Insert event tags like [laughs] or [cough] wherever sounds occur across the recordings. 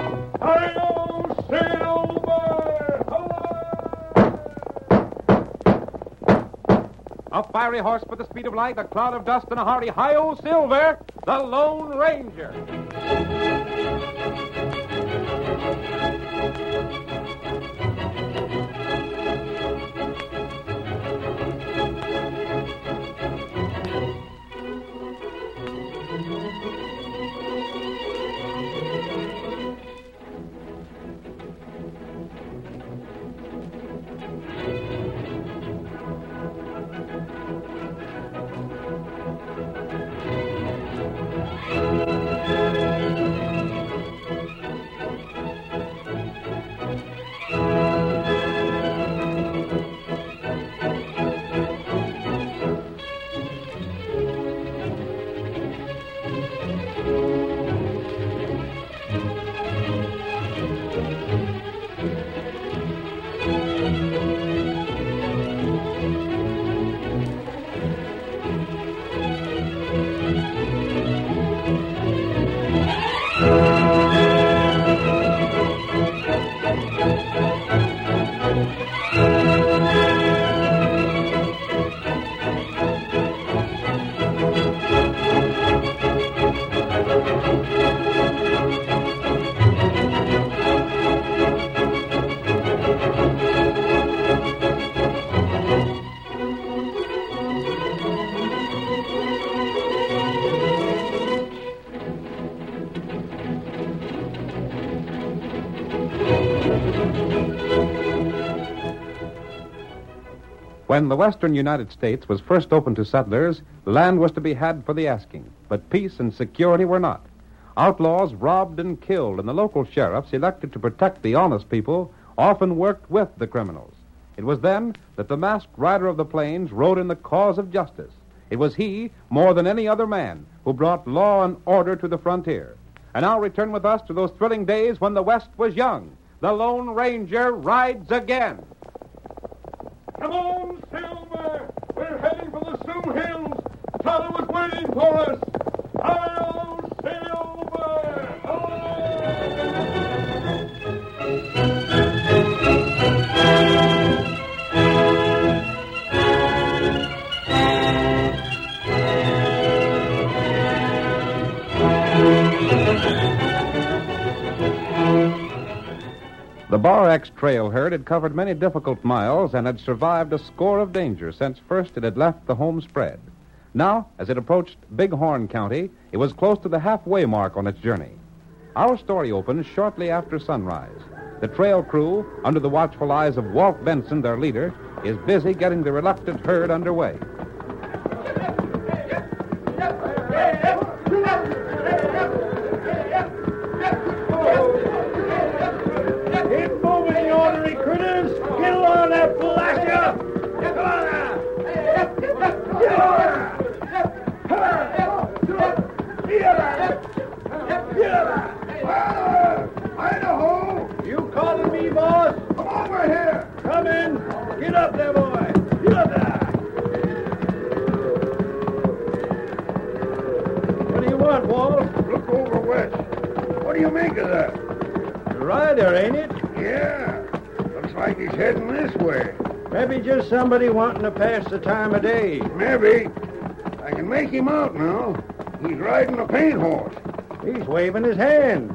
Hail, Silver! A fiery horse with the speed of light, a cloud of dust, and a hearty hi-yo, Silver, the Lone Ranger. When the western United States was first opened to settlers, land was to be had for the asking, but peace and security were not. Outlaws robbed and killed, and the local sheriffs, elected to protect the honest people, often worked with the criminals. It was then that the masked rider of the plains rode in the cause of justice. It was he, more than any other man, who brought law and order to the frontier. And now return with us to those thrilling days when the West was young. The Lone Ranger rides again. Come on, Silver! We're heading for the Sioux Hills! Tonto was waiting for us! Hello, Silver! The Bar X trail herd had covered many difficult miles and had survived a score of dangers since first it had left the home spread. Now, as it approached Bighorn County, it was close to the halfway mark on its journey. Our story opens shortly after sunrise. The trail crew, under the watchful eyes of Walt Benson, their leader, is busy getting the reluctant herd underway. Keep moving, you ornery critters. Get along that blaster. Get along Idaho! You calling me, boss? Come over here! Come in! Get up there, boy! Get up there! What do you want, Walt? Look over west. What do you make of that? Rider, ain't it? Yeah, looks like he's heading this way. Maybe just somebody wanting to pass the time of day. Maybe. I can make him out now. He's riding a paint horse. He's waving his hand.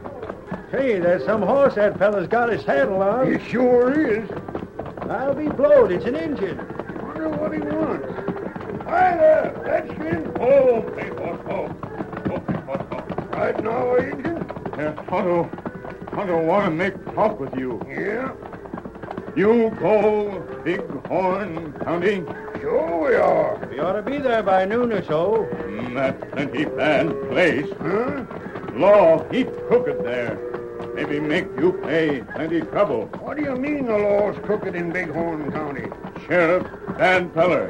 Hey, there's some horse that fella's got his saddle on. It sure is. I'll be blowed, it's an engine. Wonder what he wants. Hi there, that's him. Oh, hey, oh, oh. Oh, oh, oh. Right now, Agent? Yeah, Tonto. Tonto want to make talk with you. Yeah, You call Bighorn County? sure we are. We ought to be there by noon or so. Mm, That plenty bad place. Huh? Law heap crooked there. Maybe make you pay plenty trouble. What do you mean the law's crooked in Bighorn County? Sheriff Van Feller.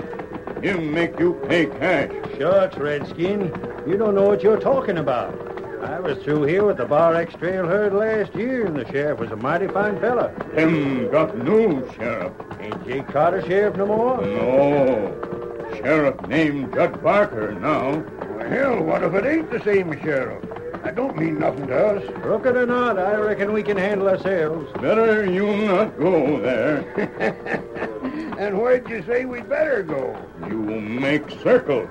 Him make you pay cash. Shucks, Redskin. You don't know what you're talking about. I was through here with the Bar X trail herd last year, and the sheriff was a mighty fine fella. Him got new sheriff. Ain't Jake Carter sheriff no more? No. Sheriff named Judd Barker now. Well, hell, what if it ain't the same sheriff? That don't mean nothing to us. Crooked or not, I reckon we can handle ourselves. Better you not go there. [laughs] And where'd you say we'd better go? You make circle.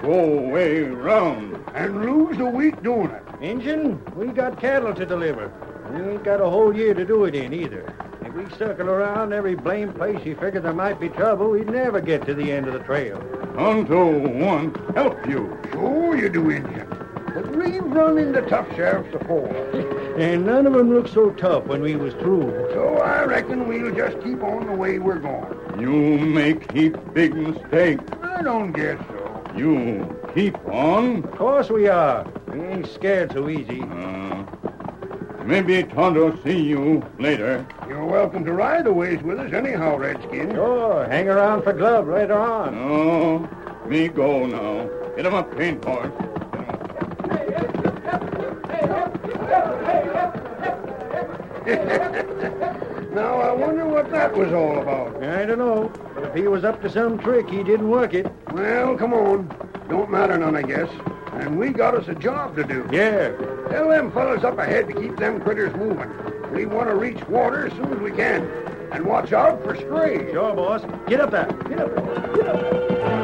Go way round. And lose a week doing it. Engine, we got cattle to deliver. We ain't got a whole year to do it in either. If we circle around every blame place you figure there might be trouble, we'd never get to the end of the trail. Tonto want help you. Sure Oh, you do, Injun. But we've run into tough sheriffs before. And none of 'em looked so tough when we was through. So I reckon we'll just keep on the way we're going. You make heap big mistake. I don't guess so. You keep on. Of course we are. We ain't scared so easy. Uh, maybe Tonto see you later. You're welcome to ride a ways with us anyhow, Redskin. Sure, hang around for Glove later on. No, me go now. Get him a paint horse. [laughs] Now, I wonder what that was all about. I don't know, but if he was up to some trick, he didn't work it. Well, come on. Don't matter none, I guess. And we got us a job to do. Yeah, Tell them fellas up ahead to keep them critters moving. We want to reach water as soon as we can. And watch out for strays. sure, boss. Get up there. Get up there.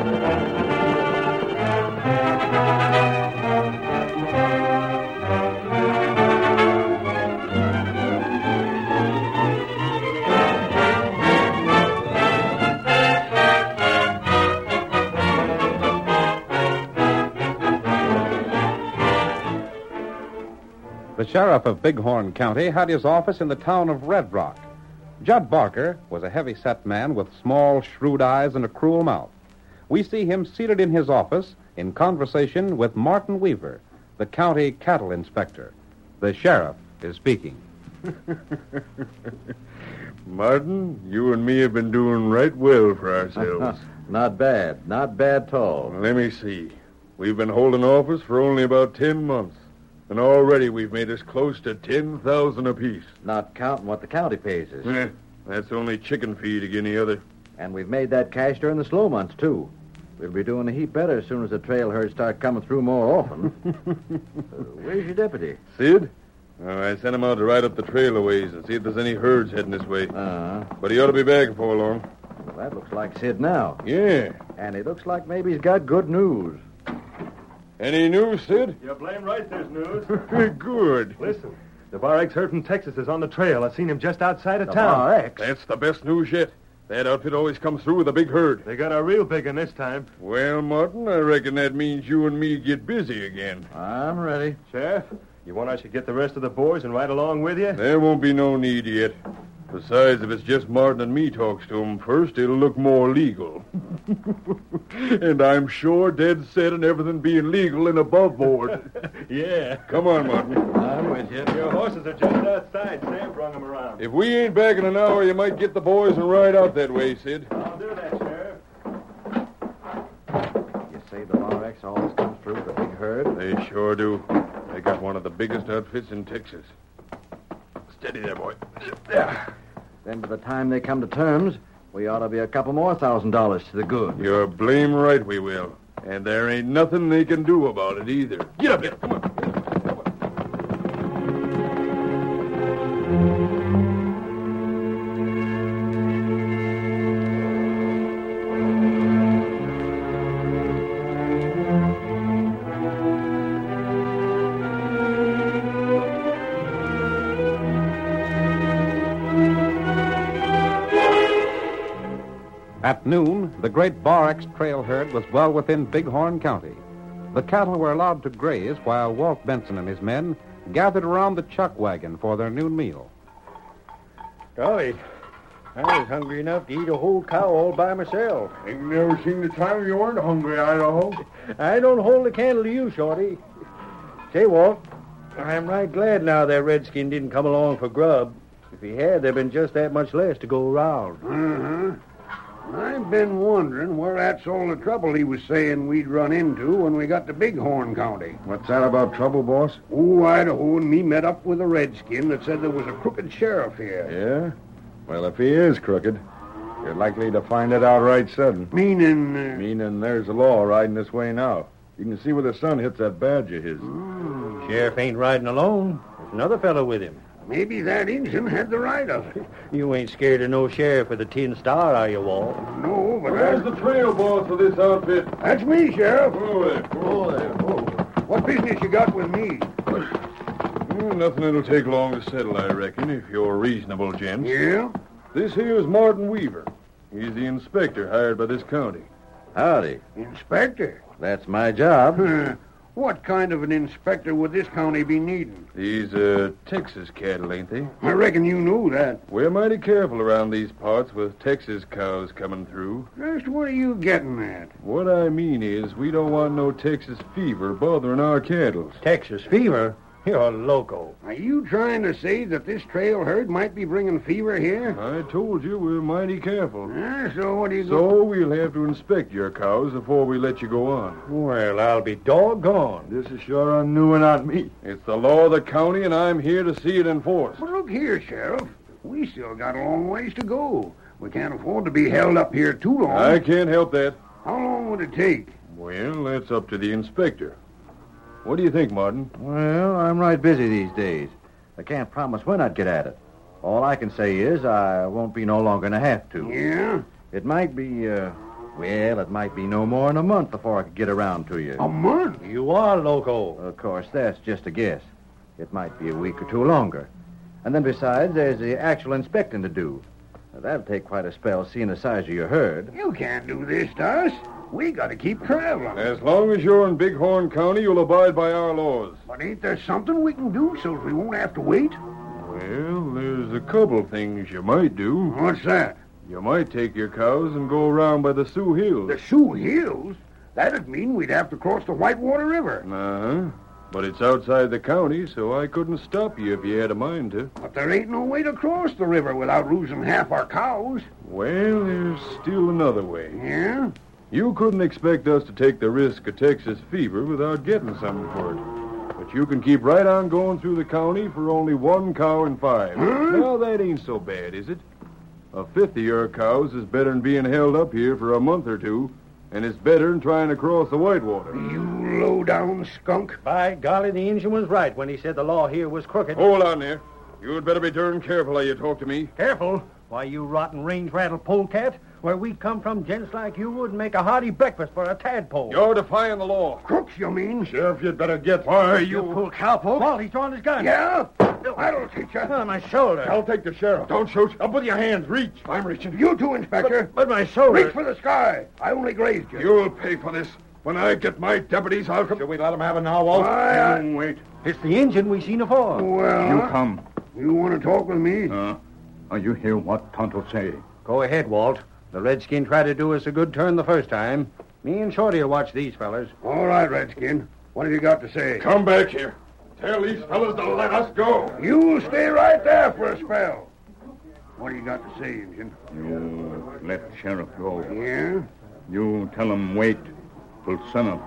The sheriff of Bighorn County had his office in the town of Red Rock. Judd Barker was a heavy set man with small, shrewd eyes and a cruel mouth. We see him seated in his office in conversation with Martin Weaver, the county cattle inspector. The sheriff is speaking. Martin, you and me have been doing right well for [laughs] ourselves. Not bad. Not bad at all. Let me see. We've been holding office for only about ten months, and already we've made us close to ten thousand apiece. Not counting what the county pays us. Eh, that's only chicken feed again the other. And we've made that cash during the slow months, too. We'll be doing a heap better as soon as the trail herds start coming through more [laughs] often. Uh, where's your deputy? Sid? Oh, I sent him out to ride up the trail a ways and see if there's any herds heading this way. Ah. Uh, But he ought to be back before long. well, that looks like Sid now. Yeah. And he looks like maybe he's got good news. Any news, Sid? You're blame right there's news. [laughs] Good. Listen, the Bar X herd from Texas is on the trail. I seen him just outside of The town. Bar X. That's the best news yet. That outfit always comes through with a big herd. They got a real big one this time. Well, Martin, I reckon that means you and me get busy again. I'm ready. Sheriff, you want I should get the rest of the boys and ride along [laughs] with you? There won't be no need yet. Besides, if it's just Martin and me talks to 'em first, it'll look more legal. [laughs] and I'm sure dead set on everything being legal and above board. yeah. Come on, Martin. I'm with you. Your horses are just outside. Sam brung them around. If we ain't back in an hour, you might get the boys and ride out that way, Sid. I'll do that, Sheriff. You say the Bar X always comes through with a big herd? They sure do. They got one of the biggest outfits in Texas. Steady there, boy. There. Then by the time they come to terms, we ought to be a couple more thousand dollars to the good. You're blame right we will. And there ain't nothing they can do about it either. Get up there. Come on. At noon, the great Bar X trail herd was well within Bighorn County. The cattle were allowed to graze while Walt Benson and his men gathered around the chuck wagon for their noon meal. Golly, I was hungry enough to eat a whole cow all by myself. Ain't never seen the time you weren't hungry, Idaho. I don't hold a candle to you, Shorty. Say, Walt, I'm right glad now that Redskin didn't come along for grub. If he had, there'd been just that much less to go around. Uh-huh. I've been wondering where that's all the trouble he was saying we'd run into when we got to Bighorn County. What's that about trouble, boss? Ooh, Idaho and me met up with a redskin that said there was a crooked sheriff here. Yeah? Well, if he is crooked, you're likely to find it out right sudden. Meaning, uh, Meaning there's the law riding this way now. You can see where the sun hits that badge of his. Sheriff ain't riding alone. There's another fellow with him. maybe that engine had the right of it. [laughs] You ain't scared of no sheriff with a tin star, are you, Walt? No, but Where's that's, the trail boss for this outfit? that's me, Sheriff. Whoa there. Whoa there. What business you got with me? Well, Hmm, nothing that'll take long to settle, I reckon, if you're reasonable, gents. Yeah? This here's Martin Weaver. He's the inspector hired by this county. Howdy. Inspector? [laughs] That's my job. Huh. What kind of an inspector would this county be needing? These, uh, Texas cattle, ain't they? I reckon you knew that. We're mighty careful around these parts with Texas cows coming through. Just what are you getting at? What I mean is, we don't want no Texas fever bothering our cattle. Texas fever? You're loco. Are you trying to say that this trail herd might be bringing fever here? I told you we're mighty careful. Huh? Uh-huh. so what do you go- So we'll have to inspect your cows before we let you go on. Well, I'll be doggone. This is sure on new and on me. It's the law of the county, and I'm here to see it enforced. But look here, Sheriff. We still got a long ways to go. We can't afford to be held up here too long. I can't help that. How long would it take? Well, that's up to the inspector. What do you think, Martin? Well, I'm right busy these days. I can't promise when I'd get at it. All I can say is I won't be no longer than I have to. Yeah? It might be, uh, well, it might be no more than a month before I could get around to you. A month? You are loco. Of course, that's just a guess. It might be a week or two longer. And then besides, there's the actual inspecting to do. Now, that'll take quite a spell seeing the size of your herd. You can't do this to us. We gotta keep traveling. As long as you're in Bighorn County, you'll abide by our laws. But ain't there something we can do so we won't have to wait? Well, there's a couple things you might do. What's that? You might take your cows and go around by the Sioux Hills. The Sioux Hills? That'd mean we'd have to cross the Whitewater River. Uh huh. But it's outside the county, so I couldn't stop you if you had a mind to. But there ain't no way to cross the river without losing half our cows. Well, there's still another way. Yeah? You couldn't expect us to take the risk of Texas fever without getting something for it. But you can keep right on going through the county for only one cow in five. Huh? Now, that ain't so bad, is it? A fifth of your cows is better than being held up here for a month or two, and it's better than trying to cross the Whitewater. You low-down skunk. By golly, the engine was right when he said the law here was crooked. Oh. Hold on there. You'd better be darn careful how you talk to me. Careful. Why, you rotten range rattle polecat. Where we come from, gents like you wouldn't make a hearty breakfast for a tadpole. You're defying the law. Crooks, you mean? Sheriff, you'd better get fire, fool cowpoke. Walt, he's drawing his gun. Yeah? That'll teach you. On my shoulder. I'll take the sheriff. Don't shoot. Up with your hands. Reach. I'm reaching. You too, Inspector. But my shoulder. Reach for the sky. I only grazed you. You'll pay for this. When I get my deputies, I'll come. Shall we let him have it now, Walt? Why, I- wait. It's the engine we seen Oh. afore. Well, come. you, want to talk with me? Uh. Or you hear what Tonto say. Go ahead, Walt. The redskin tried to do us a good turn the first time. Me and Shorty'll watch these fellas. All right, Redskin. What have you got to say? Come back here. Tell these fellas to let us go. You stay right there for a spell. What do you got to say, Injun? You let sheriff go. Yeah? You tell him wait till sunup.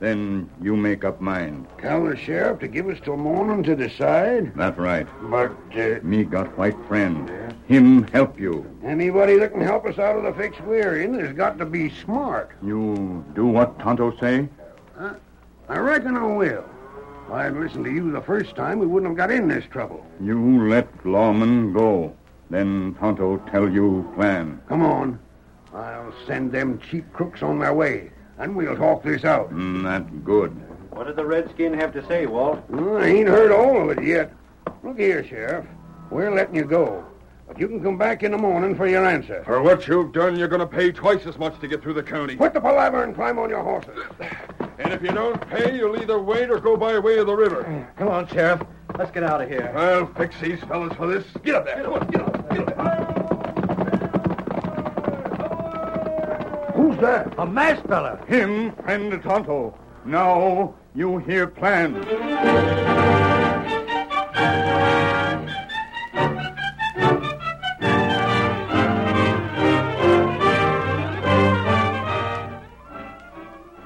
Then you make up mind. Tell the sheriff to give us till morning to decide. That right. But uh, Me got white friend. Him help you. anybody that can help us out of the fix we're in has got to be smart. You do what Tonto say? I reckon I will. If I'd listened to you the first time, we wouldn't have got in this trouble. You let lawman go. Then Tonto tell you plan. Come on. I'll send them cheap crooks on their way, and we'll talk this out. Mm, that good. What did the redskin have to say, Walt? Well, I ain't heard all of it yet. Look here, Sheriff. We're letting you go. But you can come back in the morning for your answer. For what you've done, you're going to pay twice as much to get through the county. Put the palaver and climb on your horses. And if you don't pay, you'll either wait or go by way of the river. Come on, Sheriff. Let's get out of here. I'll fix these fellas for this. Get up there. Come on, get up. Get up. Who's that? A masked fella. Him, friend Tonto. Now you hear plan.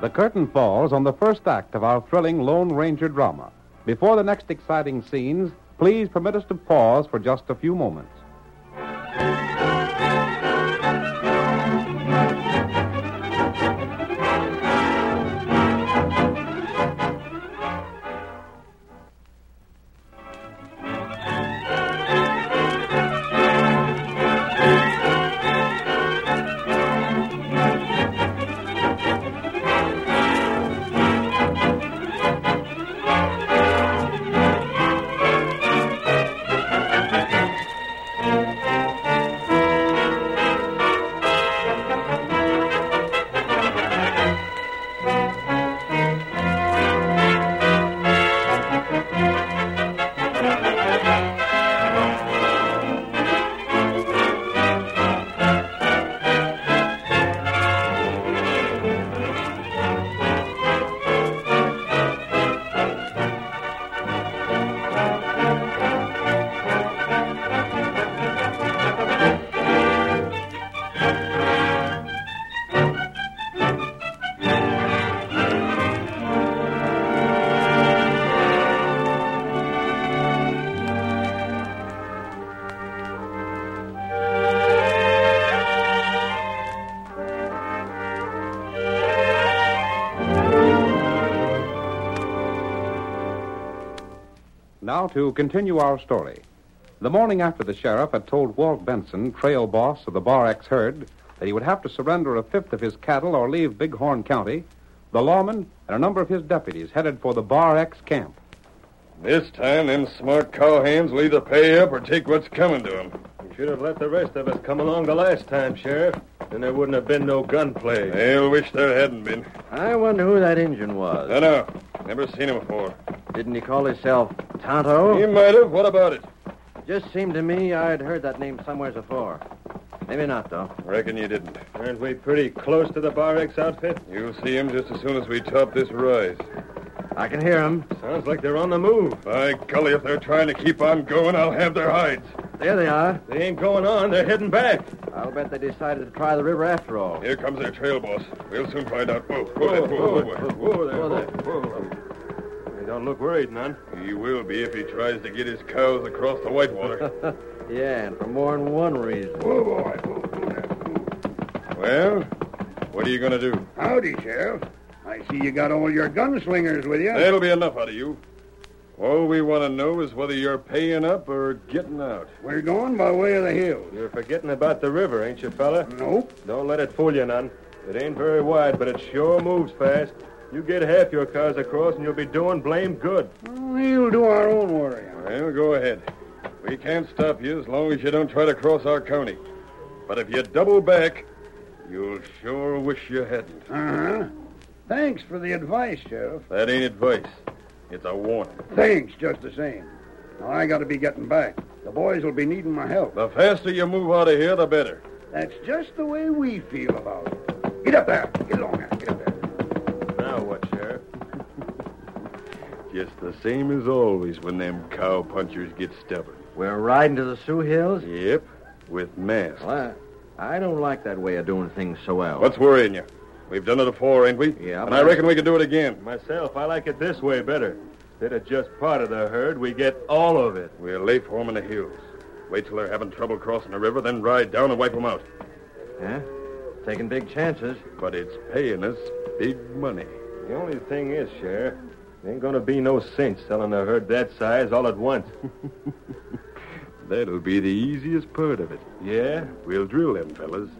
The curtain falls on the first act of our thrilling Lone Ranger drama. Before the next exciting scenes, please permit us to pause for just a few moments. Now to continue our story. The morning after the sheriff had told Walt Benson, trail boss of the Bar X herd, that he would have to surrender a fifth of his cattle or leave Bighorn County, the lawman and a number of his deputies headed for the Bar X camp. This time, them smart cowhands will either pay up or take what's coming to them. You should have let the rest of us come along the last time, Sheriff. Then there wouldn't have been no gunplay. They'll wish there hadn't been. I wonder who that Injun was. I know. Never seen him before. Didn't he call himself Oh. He Tonto? might have. What about it? Just seemed to me I'd heard that name somewhere before. Maybe not, though. Reckon you didn't. Aren't we pretty close to the Bar X outfit? You'll see him just as soon as we top this rise. I can hear him. Sounds like they're on the move. By golly, if they're trying to keep on going, I'll have their hides. There they are. They ain't going on. They're heading back. I'll bet they decided to try the river after all. Here comes their trail boss. We'll soon find out. Whoa, whoa, there, whoa, whoa, whoa, whoa, there, Whoa whoa, there. They don't look worried none. He will be if he tries to get his cows across the [laughs] whitewater. Yeah, and for more than one reason. Oh, boy. Oh, oh, oh. well, what are you going to do? Howdy, Sheriff. I see you got all your gunslingers with you. That'll be enough out of you. All we want to know is whether you're paying up or getting out. We're going by way of the hills. You're forgetting about the river, ain't you, fella? Nope. Don't let it fool you none. It ain't very wide, but it sure moves fast. You get half your cars across, and you'll be doing blame good. We'll do our own worrying. Well, go ahead. We can't stop you as long as you don't try to cross our county. But if you double back, you'll sure wish you hadn't. Uh huh. Thanks for the advice, Sheriff. That ain't advice. It's a warning. Thanks, just the same. Now, I got to be getting back. The boys will be needing my help. The faster you move out of here, the better. That's just the way we feel about it. Get up there. Get along there. Get up there. Now what, Sheriff? Just the same as always when them cow punchers get stubborn. We're riding to the Sioux Hills? Yep, with masks. Well, I, I don't like that way of doing things so well. What's worrying you? We've done it before, ain't we? Yeah, And but- I reckon we can do it again. Myself, I like it this way better. Instead of just part of the herd, we get all of it. We'll lay for 'em in the hills. Wait till they're having trouble crossing the river, then ride down and wipe 'em out. Huh? Taking big chances. But it's paying us big money. The only thing is, Sheriff, there ain't gonna be no sense selling a herd that size all at once. That'll be the easiest part of it. yeah? We'll drill them fellas,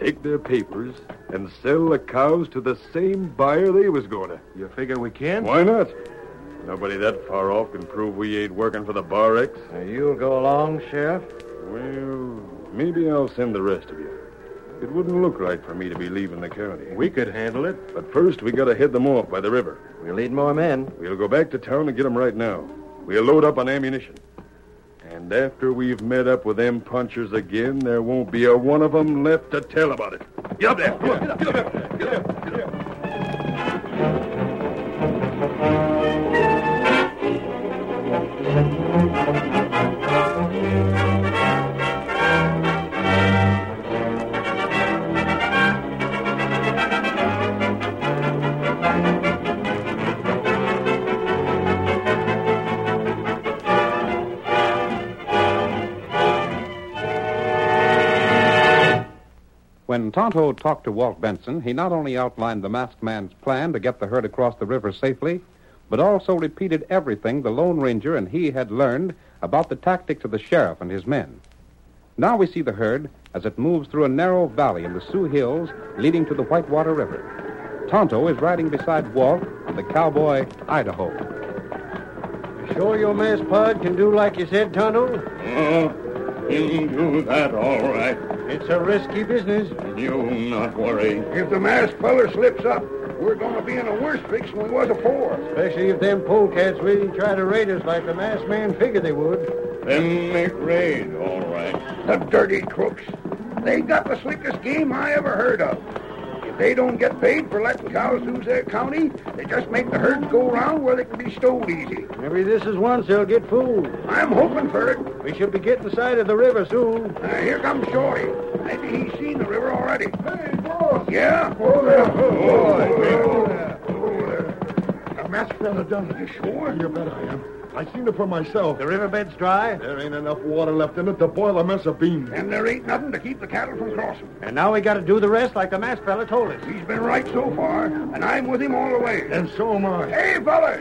take their papers, and sell the cows to the same buyer they was going to. You figure we can? Why not? Nobody that far off can prove we ain't working for the Bar X. [laughs] Now, you'll go along, Sheriff? Well, maybe I'll send the rest of you. It wouldn't look right for me to be leaving the county. We could handle it. But first, we gotta head them off by the river. We'll need more men. We'll go back to town and get 'em right now. We'll load up on ammunition. And after we've met up with them punchers again, there won't be a one of 'em left to tell about it. Get up there! Come on, get up, get up, there. get up, get up, get up. When Tonto talked to Walt Benson, he not only outlined the masked man's plan to get the herd across the river safely, but also repeated everything the Lone Ranger and he had learned about the tactics of the sheriff and his men. Now we see the herd as it moves through a narrow valley in the Sioux Hills leading to the Whitewater River. Tonto is riding beside Walt and the cowboy Idaho. Sure your mass pod can do like you said, Tonto? Oh, you can do that all right. It's a risky business. You not worry. If the masked feller slips up, we're going to be in a worse fix than we was afore. Especially if them polecats really try to raid us like the masked man figured they would. Them make raid all right. The dirty crooks. They got the slickest game I ever heard of. If they don't get paid for letting cows lose their county, they just make the herds go round where they can be stole easy. Maybe this is once they'll get fooled. I'm hoping for it. We should be getting sight of the river soon. Uh, here comes Shorty. Maybe he's seen the river already. Hey, boss! Yeah? Oh, there. Oh, Oh, there. Oh, there. A masked fella done You it. sure? You bet I am. I seen it for myself. The riverbed's dry, There ain't enough water left in it to boil a mess of beans. And there ain't nothing to keep the cattle from crossing. and now we gotta do the rest like the masked fella told us. He's been right so far, and I'm with him all the way. And so am I. Hey, fellas!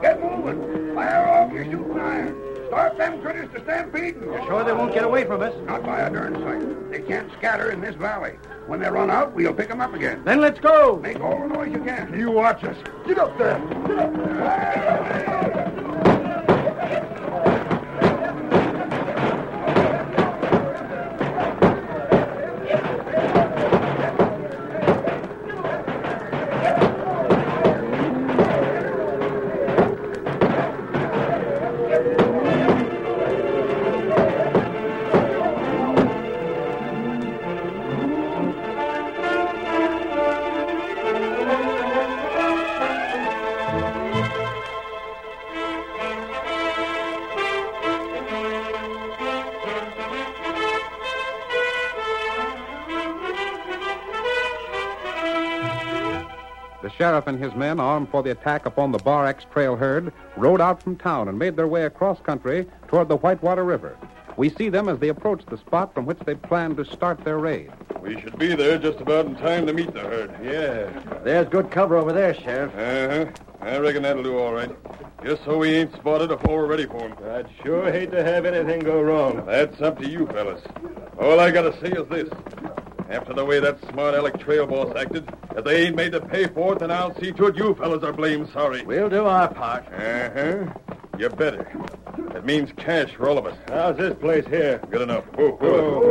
Get moving! Fire off your shooting iron! Start them critters to stampeding! You're sure they won't get away from us? Not by a darn sight. They can't scatter in this valley. When they run out, we'll pick them up again. Then let's go! Make all the noise you can. You watch us. Get up there. Get up there. The sheriff and his men, armed for the attack upon the Bar X trail herd, rode out from town and made their way across country toward the Whitewater River. We see them as they approach the spot from which they planned to start their raid. We should be there just about in time to meet the herd. Yeah. There's good cover over there, Sheriff. Uh huh. I reckon that'll do all right. Just so we ain't spotted afore we're ready for 'em. I'd sure hate to have anything go wrong. That's up to you, fellas. All I gotta say is this. After the way that smart aleck trail boss acted, if they ain't made to pay for it, then I'll see to it you fellas are blamed sorry. We'll do our part. Uh huh. You better. That means cash for all of us. How's this place here? oh. Good enough. Whoa, whoa.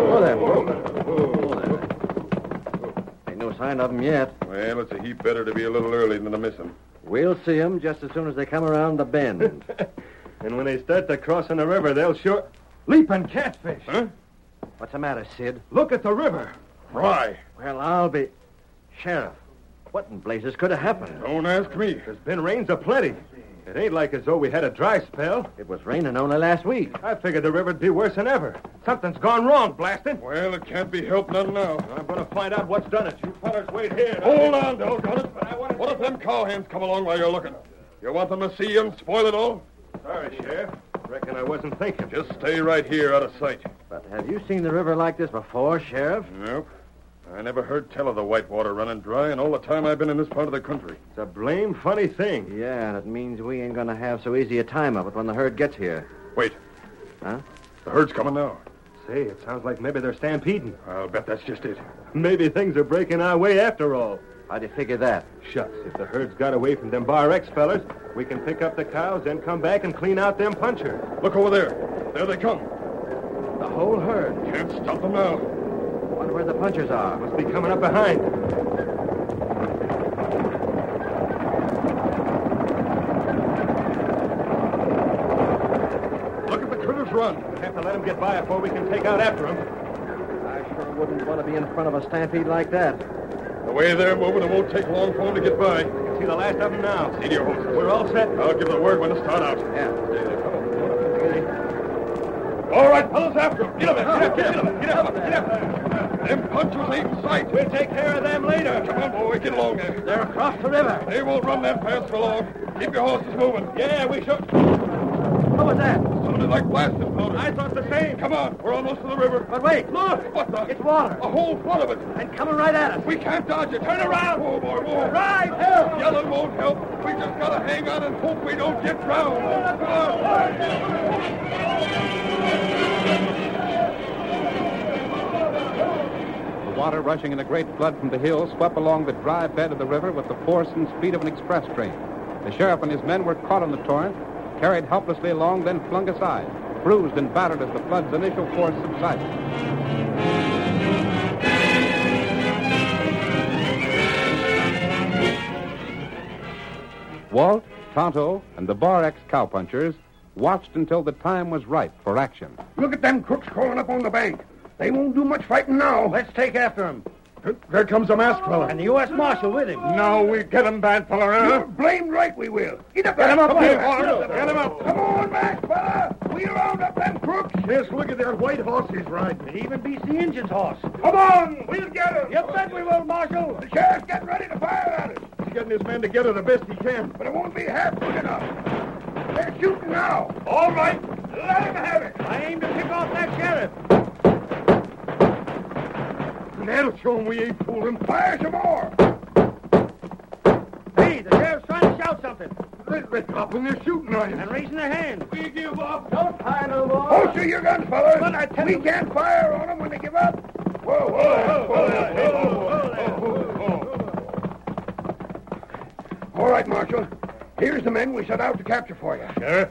Oh, there. Ain't no sign of 'em yet. Well, it's a heap better to be a little early than to miss 'em. We'll see 'em just as soon as they come around the bend. [laughs] And when they start to cross in the river, they'll Oh, sure. Leaping catfish! What's the matter, Sid? Look at the river! Why? Well, I'll be. Sheriff, what in blazes could have happened? Don't ask me. There's been rains aplenty. It ain't like as though we had a dry spell. It was raining only last week. I figured the river'd be worse than ever. Something's gone wrong, blasted. Well, it can't be helped none now. I'm gonna find out what's done it. You fellers wait here. Hold on, doggone it. What if them cowhands come along while you're looking? You want them to see you and spoil it all? Sorry, Sheriff. Reckon I wasn't thinking. Just stay right here out of sight. But have you seen the river like this before, Sheriff? Nope. I never heard tell of the Whitewater running dry in all the time I've been in this part of the country. It's a blame funny thing. Yeah, and it means we ain't gonna have so easy a time of it when the herd gets here. Wait. Huh? The herd's coming now. Say, it sounds like maybe they're stampeding. I'll bet that's just it. Maybe things are breaking our way after all. How do you figure that? Shucks, if the herd's got away from them Bar X fellers, we can pick up the cows, then come back and clean out them punchers. Look over there. There they come. The whole herd. Can't stop them now. Wonder where the punchers are. Must be coming up behind. Look at the critters run. We have to let them get by before we can take out after them. I sure wouldn't want to be in front of a stampede like that. The way they're moving, it won't take long for them to get by. See the last of them now. See to your horses. We're all set. I'll give the word when to start out. Yeah. All right, fellas, after them. Get up, get up, get up, get up, get up. Them punchers ain't in sight. We'll take care of them later. Come on, boy, get along there. They're across the river! They won't run that fast for long. Keep your horses moving. Yeah, we should. What was that? Sounded like blast exploded. I thought the same. Come on, we're almost to the river. But wait, look! What the? It's water. A whole flood of it. And coming right at us. We can't dodge it. Turn around. More, more, more. Right, help! Yelling won't help. We just gotta hang on and hope we don't get drowned. Come on. The water rushing in a great flood from the hill swept along the dry bed of the river with the force and speed of an express train. The sheriff and his men were caught in the torrent, carried helplessly along, then flung aside, bruised and battered as the flood's initial force subsided. Walt, Tonto, and the Bar X cowpunchers watched until the time was ripe for action. Look at them crooks crawling up on the bank. They won't do much fighting now. Let's take after him. There comes a masked fellow. And the U.S. Marshal with him. Now we get him, bad You're fella. blamed right we will. Get up Get 'em there. up, Come on, Dave. Get 'em Max. up. Get 'em up. Come on, Max, fella. We round up them crooks. Yes, look at that white horse he's riding. It even beats the engine's horse. Come on. We'll get 'em. You bet we will, Marshal. The sheriff's getting ready to fire at us, He's getting his men together the best he can. but it won't be half quick enough. They're shooting now. All right. Let 'em have it. I aim to pick off that sheriff. And that'll show him we ain't fooling. Fire some more. Hey, the sheriff's trying to shout something. They're they dropping their shooting irons. And raising their hands. We give up. Don't tie no more. Hold to your guns, fellas. But I tell we you- can't fire on 'em when they give up. Whoa, whoa, whoa, whoa, whoa, whoa, whoa. All right, Marshal. Here's the men we set out to capture for you. Sheriff,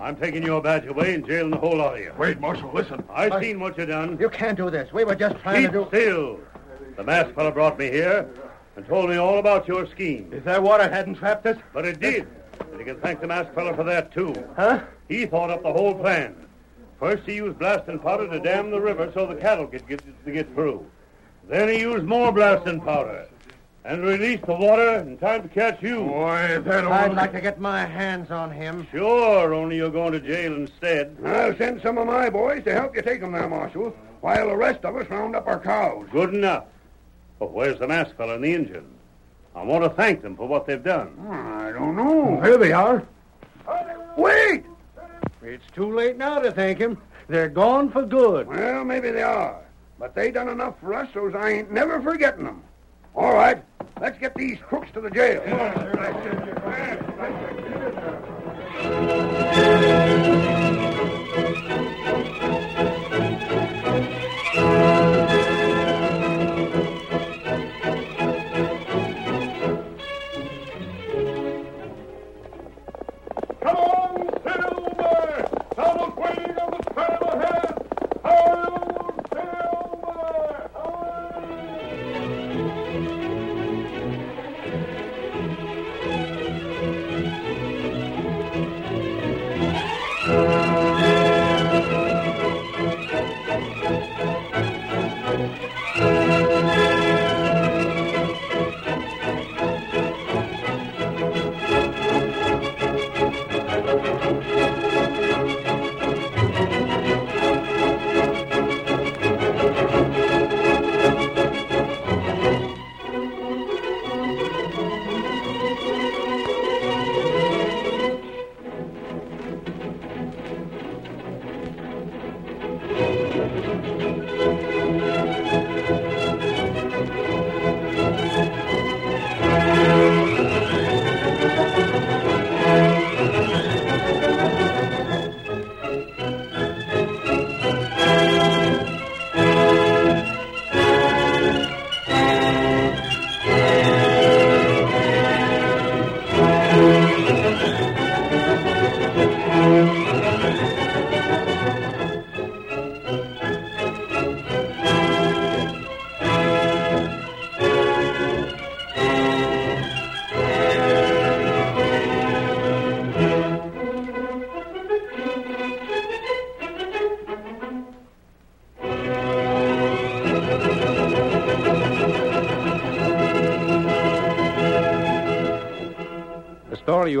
I'm taking your badge away and jailing the whole lot of you. Wait, Marshal, listen. I've seen what you done. You can't do this. We were just trying Keep still. The masked fellow brought me here and told me all about your scheme. If that water hadn't trapped us, But it did. And you can thank the masked fellow for that, too. Huh? He thought up the whole plan. First, he used blasting powder to dam the river so the cattle could get, to get through. Then he used more blasting powder and released the water in time to catch you. Boy, that old... I'd like to get my hands on him. Sure, only you're going to jail instead. I'll send some of my boys to help you take 'em there, Marshal, while the rest of us round up our cows. Good enough. But where's the masked fellow and the engine? I want to thank them for what they've done. I don't know. Here they are. Wait! It's too late now to thank him. They're gone for good. Well, maybe they are. But they done enough for us, so's I ain't never forgetting 'em. All right, let's get these crooks to the jail. Come on, Silver! Thomas waiting on the trail ahead! Hail, Silver! The story you